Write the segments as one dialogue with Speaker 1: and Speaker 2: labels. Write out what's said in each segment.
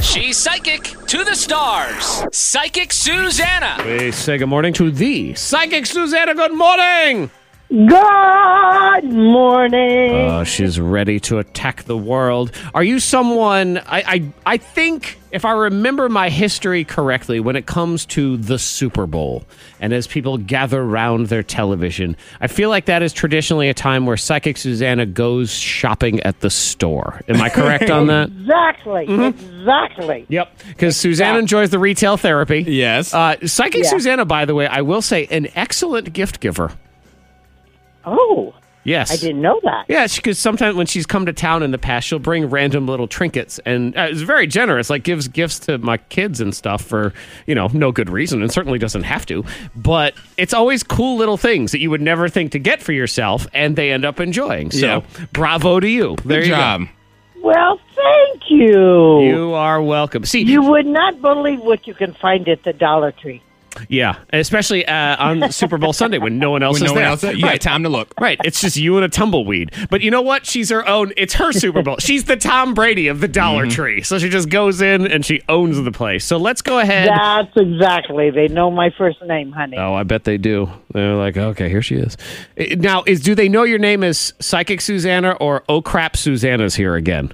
Speaker 1: She's psychic to the stars. Psychic Susanna.
Speaker 2: We say good morning to the psychic Susanna. Good morning.
Speaker 3: Good morning.
Speaker 2: Uh, she's ready to attack the world. Are you someone? I, I I think if I remember my history correctly, when it comes to the Super Bowl and as people gather round their television, I feel like that is traditionally a time where psychic Susanna goes shopping at the store. Am I correct on that?
Speaker 3: exactly.
Speaker 2: Mm-hmm.
Speaker 3: Exactly.
Speaker 2: Yep, because Susanna enjoys the retail therapy.
Speaker 4: Yes.
Speaker 2: Uh, Psychic
Speaker 3: Yeah.
Speaker 2: Susanna, by the way, I will say, an excellent gift giver.
Speaker 3: Oh,
Speaker 2: Yes.
Speaker 3: I didn't know that.
Speaker 2: Yeah, because sometimes when she's come to town in the past, she'll bring random little trinkets, and uh, it's very generous. Like gives gifts to my kids and stuff for you know no good reason, and certainly doesn't have to. But it's always cool little things that you would never think to get for yourself, and they end up enjoying. So
Speaker 4: Yeah.
Speaker 2: bravo to you! There
Speaker 4: Good
Speaker 2: you
Speaker 4: job.
Speaker 3: Well, thank you.
Speaker 2: go. You are welcome. See,
Speaker 3: You would not believe what you can find at the Dollar Tree.
Speaker 2: yeah, especially uh, on Super Bowl Sunday when no one else
Speaker 4: When
Speaker 2: is
Speaker 4: no one
Speaker 2: there.
Speaker 4: else, you
Speaker 2: right.
Speaker 4: had time to look.
Speaker 2: Right, it's just you and a tumbleweed. But you know what? She's her own. It's her Super Bowl. She's the Tom Brady of the Dollar Tree. So she just goes in and she owns the place. So let's go ahead.
Speaker 3: That's exactly. They know my first name, honey.
Speaker 2: Oh, I bet they do. They're like, okay, here she is. I- Now, is do they know your name is Psychic Susanna or Oh Crap Susanna's here again?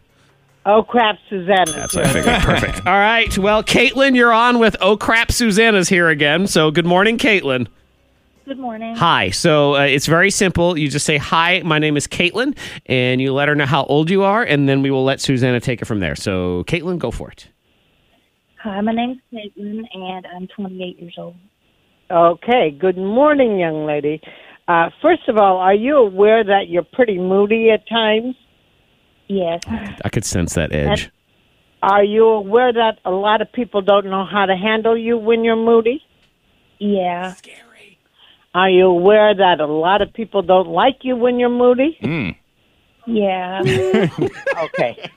Speaker 3: Oh, crap, Susanna.
Speaker 2: That's what I figured. Perfect. All right. Well, Caitlin, you're on with Oh Crap Susanna's here again. So good morning, Caitlin.
Speaker 5: Good morning.
Speaker 2: Hi. So uh, it's very simple. You just say, Hi, my name is Caitlin, and you let her know how old you are, and then we will let Susanna take it from there. So, Caitlin, go for it.
Speaker 5: Hi, my name's Caitlin, and I'm 28 years old.
Speaker 3: Okay. Good morning, young lady. Uh, first of all, are you aware that you're pretty moody at times?
Speaker 5: Yes.
Speaker 2: I could sense that edge.
Speaker 3: Are you aware that a lot of people don't know how to handle you when you're moody?
Speaker 5: Yeah.
Speaker 3: Are you aware that a lot of people don't like you when you're moody?
Speaker 5: Yeah.
Speaker 3: Okay.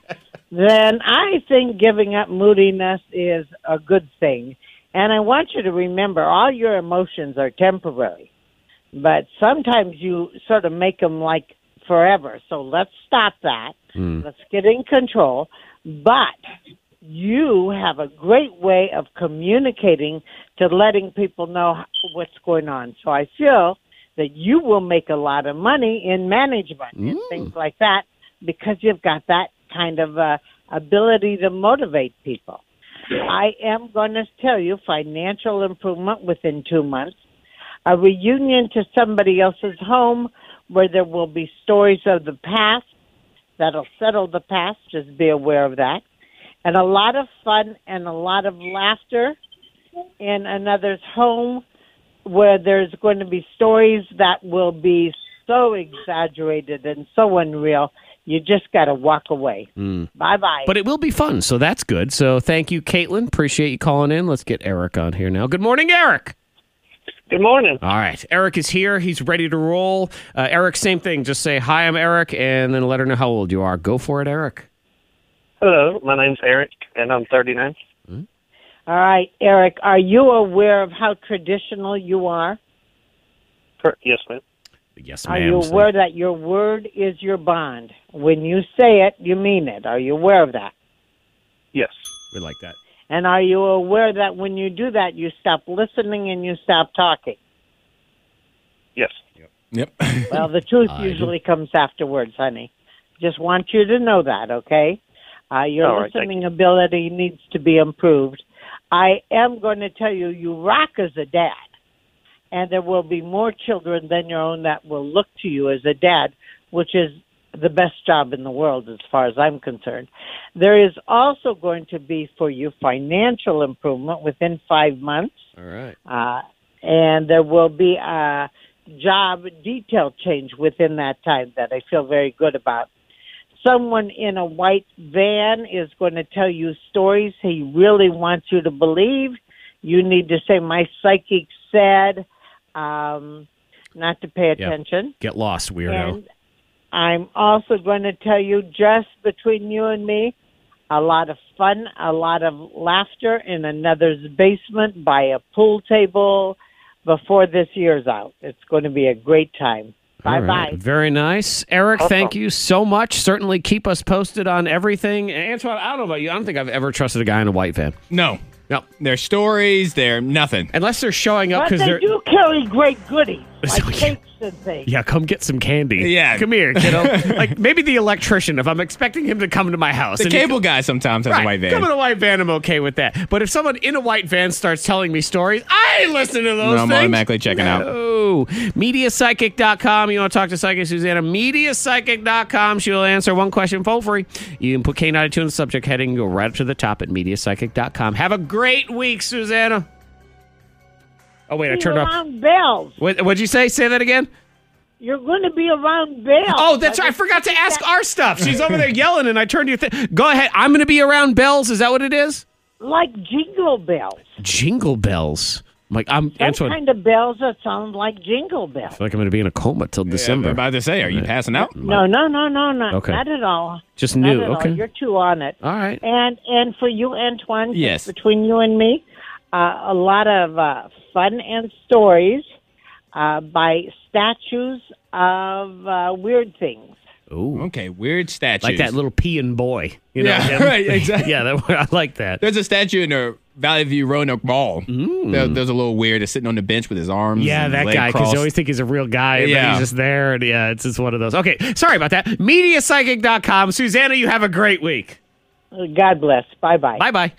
Speaker 3: then I think giving up moodiness is a good thing. And I want you to remember all your emotions are temporary, but sometimes you sort of make them like forever. So let's stop that.
Speaker 2: Mm.
Speaker 3: Let's get in control. But you have a great way of communicating to letting people know h- what's going on. So I feel that you will make a lot of money in management and things like that because you've got that kind of uh, ability to motivate people. I am going to tell you financial improvement within two months, a reunion to somebody else's home where there will be stories of the past that'll settle the past. Just be aware of that. And a lot of fun and a lot of laughter in another's home where there's going to be stories that will be so exaggerated and so unreal. You just got to walk away. Bye bye.
Speaker 2: But it will be fun, so that's good. So, thank you, Caitlin. Appreciate you calling in. Let's get Eric on here now. Good morning, Eric.
Speaker 3: Good morning.
Speaker 2: All right. Eric is here. He's ready to roll. Uh, Eric, same thing. Just say, Hi, I'm Eric, and then let her know how old you are. Go for it, Eric.
Speaker 6: Hello, my name's Eric, and I'm 39.
Speaker 3: All right, Eric, are you aware of how traditional you are?
Speaker 6: Per- Yes, ma'am.
Speaker 2: Yes,
Speaker 3: Are
Speaker 2: ma'am.
Speaker 3: you
Speaker 2: So-
Speaker 3: aware that your word is your bond? When you say it, you mean it. Are you aware of that?
Speaker 6: Yes.
Speaker 2: We like that.
Speaker 3: And are you aware that when you do that, you stop listening and you stop talking?
Speaker 6: Yes.
Speaker 4: Yep.
Speaker 3: Well, the truth
Speaker 2: I do.
Speaker 3: usually comes afterwards, honey. Just want you to know that, okay? Uh, your
Speaker 6: All right, thank
Speaker 3: listening ability needs to be improved. I am going to tell you, you rock as a dad, and there will be more children than your own that will look to you as a dad, which is the best job in the world as far as I'm concerned. There is also going to be for you financial improvement within five months
Speaker 2: All right.
Speaker 3: uh, and there will be a job detail change within that time that I feel very good about. Someone in a white van is going to tell you stories he really wants you to believe. You need to say, "My psychic said," um, not to pay attention.
Speaker 2: Get lost, weirdo.
Speaker 3: And I'm also going to tell you, just between you and me, a lot of fun, a lot of laughter in another's basement by a pool table before this year's out. It's going to be a great time. Bye
Speaker 2: All
Speaker 3: bye.
Speaker 2: right. Very nice. Eric,
Speaker 6: Awesome.
Speaker 2: thank you so much. Certainly keep us posted on everything. And Antoine, I don't know about you. I don't think I've ever trusted a guy in a white van.
Speaker 4: No.
Speaker 2: No.
Speaker 4: Their stories, their nothing.
Speaker 2: Unless they're showing up
Speaker 3: But
Speaker 2: because
Speaker 3: they
Speaker 2: they're.
Speaker 3: do carry great goodies, like
Speaker 2: So you-
Speaker 3: cakes and things.
Speaker 2: Yeah, come get some candy.
Speaker 4: Yeah.
Speaker 2: Come here, kiddo. like maybe the electrician, if I'm expecting him to come to my house.
Speaker 4: The
Speaker 2: and he
Speaker 4: cable guy sometimes has a
Speaker 2: Right.
Speaker 4: white van.
Speaker 2: Come in a white van, I'm okay with that. But if someone in a white van starts telling me stories, I ain't listening to those
Speaker 4: No, I'm
Speaker 2: things.
Speaker 4: automatically checking out.
Speaker 2: no. out. Mediapsychic.com. You want to talk to Psychic Susanna? Mediapsychic.com. She will answer one question for free. You can put K92 in the subject heading. Go right up to the top at Mediapsychic.com. Have a great week, Susanna. Oh, wait, I
Speaker 3: You're
Speaker 2: turned off.
Speaker 3: around bells.
Speaker 2: What, what'd you say? Say that again?
Speaker 3: You're going to be around bells.
Speaker 2: Oh, that's right. I forgot to ask our stuff. She's over there yelling, and I turned your thing. Go ahead. I'm going to be around bells. Is that what it is?
Speaker 3: Like jingle bells.
Speaker 2: jingle bells. I'm like I'm
Speaker 3: Some
Speaker 2: Antoine.
Speaker 3: kind of bells that sound like jingle bells.
Speaker 2: I feel like I'm going to be in a coma till
Speaker 4: Yeah, I'm
Speaker 2: December.
Speaker 4: about to say, are you passing out?
Speaker 3: No, no, no, no, no.
Speaker 2: Okay.
Speaker 3: Not at all.
Speaker 2: Just
Speaker 3: Not
Speaker 2: new.
Speaker 3: at all.
Speaker 2: Okay. Uh,
Speaker 3: You're too on it.
Speaker 2: All right.
Speaker 3: And and for you, Antoine,
Speaker 4: Yes.
Speaker 3: between you and me, uh, a lot of uh, fun and stories uh, by statues of uh, weird things.
Speaker 2: Ooh.
Speaker 4: Okay, weird statues.
Speaker 2: Like that little peeing boy. You know
Speaker 4: Oh, Yeah,
Speaker 2: him?
Speaker 4: right, exactly.
Speaker 2: yeah, that, I like that.
Speaker 4: There's a statue in the Valley View Roanoke Mall.
Speaker 2: Mm.
Speaker 4: There- there's a little weird that's sitting on the bench with his arms.
Speaker 2: Yeah,
Speaker 4: and
Speaker 2: that
Speaker 4: leg
Speaker 2: guy, because
Speaker 4: crossed.
Speaker 2: you always think he's a real guy, but
Speaker 4: Yeah.
Speaker 2: he's just there. And yeah, it's just one of those. Okay, sorry about that. MediaPsychic.com. Susanna, you have a great week.
Speaker 3: God bless. Bye bye.
Speaker 2: Bye bye.